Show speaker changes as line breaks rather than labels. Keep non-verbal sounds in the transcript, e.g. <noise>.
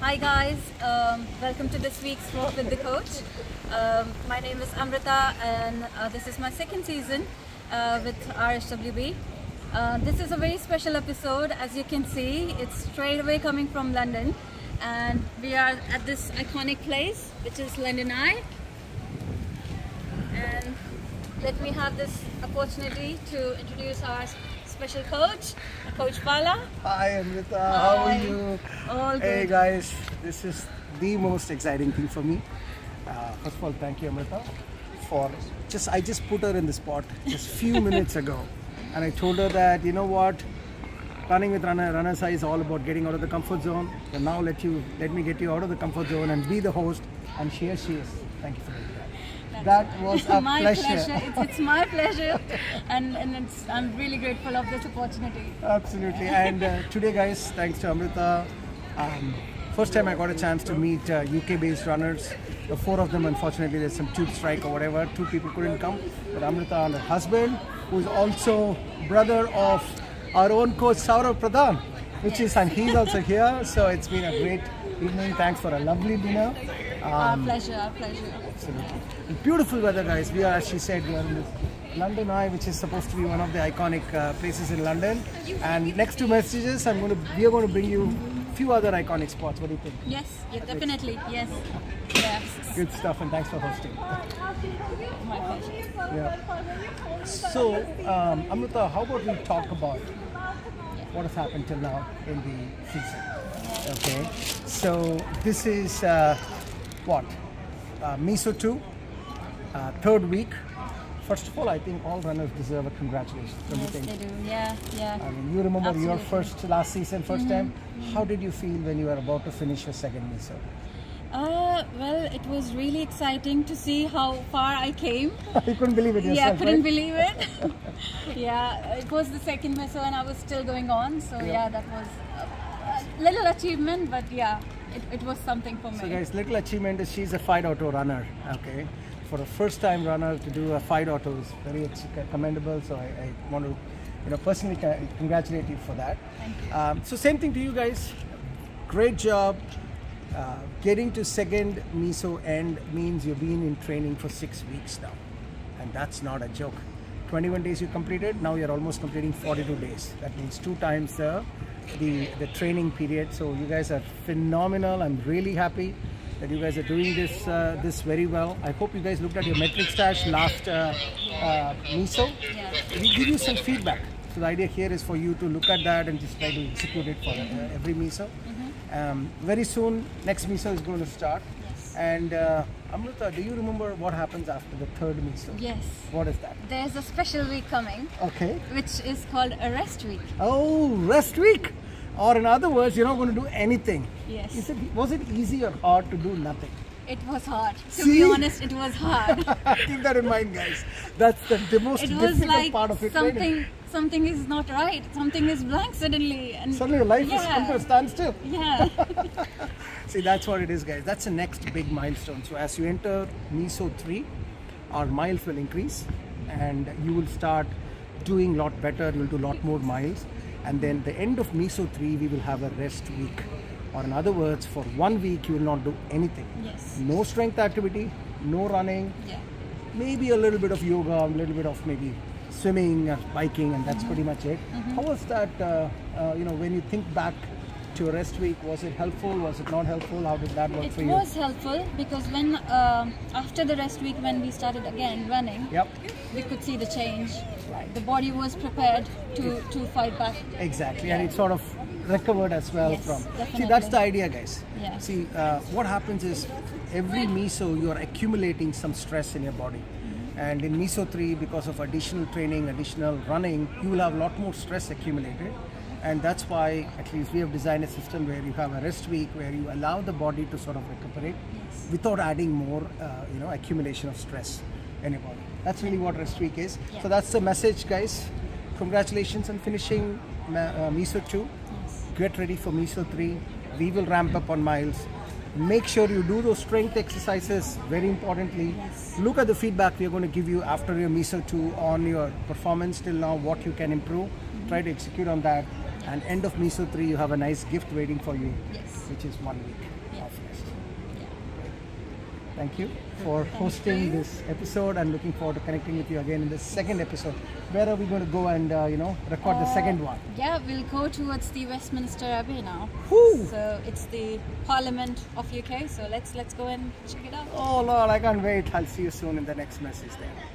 Hi guys, um, welcome to this week's Walk with the Coach. Um, my name is Amrita and uh, this is my second season uh, with RSWB. Uh, this is a very special episode as you can see, it's straight away coming from London and we are at this iconic place which is London Eye and let me have this opportunity to introduce our special coach, Coach Bala.
Hi Amrita, how
Hi.
are you?
All good.
Hey guys, this is the most exciting thing for me. Uh, first of all, thank you Amrita for just I just put her in the spot just few
<laughs>
minutes ago, and I told her that you know what, running with runner runner's high is all about getting out of the comfort zone. And now let you let me get you out of the comfort zone and be the host. And here she is. Thank you for doing that. That was
<laughs>
a
my
pleasure.
It's, it's my pleasure, and and it's, I'm really grateful of this opportunity.
Absolutely. And uh, today, guys, thanks to Amrita, um, first time I got a chance to meet uh, UK-based runners. The four of them, unfortunately, there's some tube strike or whatever. Two people couldn't come. But Amrita and her husband, who is also brother of our own coach Saurav Pradhan, which is and he's also here. So it's been a great evening. Thanks for a lovely dinner.
our
Um,
pleasure, our pleasure.
Absolutely. And beautiful weather, guys. We are, as she said, we are in this London Eye, which is supposed to be one of the iconic uh, places in London. And next to messages, I'm going to we are going to bring you few other iconic spots. What do you think?
Yes, yeah, definitely. Yes, yes.
Good stuff, and thanks for hosting.
My pleasure.
Yeah. So, um, Amrita, how about we talk about what has happened till now in the season? Okay. So this is uh, what uh, Miso two, uh, third week. First of all, I think all runners deserve a congratulations. Don't you
Yes,
think?
they do. Yeah,
I
yeah.
mean, you remember your
Absolutely. Mm-hmm.
first last season, 1st time. How did you feel when you were about to finish your second <laughs> Miso?
Uh, well, it was really exciting to see how far I came.
you couldn't believe it yourself.
yeah, I couldn't
right?
believe it. <laughs> yeah, it was the second missile and I was still going on. So yeah, that was a, a little achievement, but yeah, it, it was something for me.
So guys, little achievement is she's a 5 auto runner. Okay, for a first-time runner to do a 5 auto is very ach- commendable. So I, I want to, you know, personally ca- congratulate you for that. Thank you. Um, so same thing to you guys. Great job. Uh, getting to second miso end means you've been in training for six weeks now, and that's not a joke. 21 days you completed. Now you're almost completing 42 days. That means two times the the, the training period. So you guys are phenomenal. I'm really happy that you guys are doing this uh, this very well. I hope you guys looked at your metric stash last uh, uh, miso.
Yeah.
We give you some feedback. So the idea here is for you to look at that and just try to execute it for uh, every miso. Um, very soon, next miso is going to start. And uh, Amrita, do you remember what happens after the third miso?
Yes.
What is that?
There's a special week coming,
Okay.
which is called Arrest Week.
Oh, rest week. Or in other words, you're not going to do anything.
Yes.
Is it, was it easy or hard to do nothing? <laughs>
It was hard. To
See?
be honest, it was
<laughs>
hard.
Keep that in mind, guys. That's the, the most
it was
difficult
like
part of your
something
training.
something is not right. Something is blank suddenly, and
Suddenly, your life is
yeah,
come to a standstill.
<laughs>
<laughs>
yeah.
See, that's what it is, guys. That's the next big milestone. So, as you enter MISO 3, our miles will increase and you will start doing lot better. You'll do lot more miles. And then, the end of MISO 3, we will have a rest week. Or, in other words, for one week, you will not do anything.
Yes.
No strength activity, no running,
yeah.
maybe a little bit of yoga, a little bit of maybe swimming, uh, biking, and that's pretty much it. How was that? Uh, uh, you know, when you think back to your rest week, was it helpful? Was it not helpful? How did that work
It
for you?
was helpful because when um, after the rest week, when we started again running,
Yep,
we could see the change. The body was prepared to to fight back.
exactly, and it sort of recovered as well
Yes,
from. See,
definitely.
that's the idea, guys.
Yeah.
See, uh, what happens is every miso you are accumulating some stress in your body.
Mm-hmm.
And in miso 3, because of additional training, additional running, you will have a lot more stress accumulated. And that's why, at least, we have designed a system where you have a rest week where you allow the body to sort of recuperate without adding more, uh, you know, accumulation of stress in your body. That's really what rest week is. So that's the message, guys. Congratulations on finishing ma- uh, miso 2 get ready for miso 3 we will ramp up on miles make sure you do those strength exercises very importantly look at the feedback we are going to give you after your miso 2 on your performance till now what you can improve try to execute on that And end of MISO 3, you have a nice gift waiting for you,
Yes.
which is one week
Yeah.
of rest. Thank you for hosting this episode and looking forward to connecting with you again in the second episode. Where are we going to go and, uh, you know, record the second one?
Yeah, we'll go towards the Westminster Abbey now.
Whew.
So it's the Parliament of UK. So let's let's go and check it out.
Oh, Lord, I can't wait. I'll see you soon in the next message there.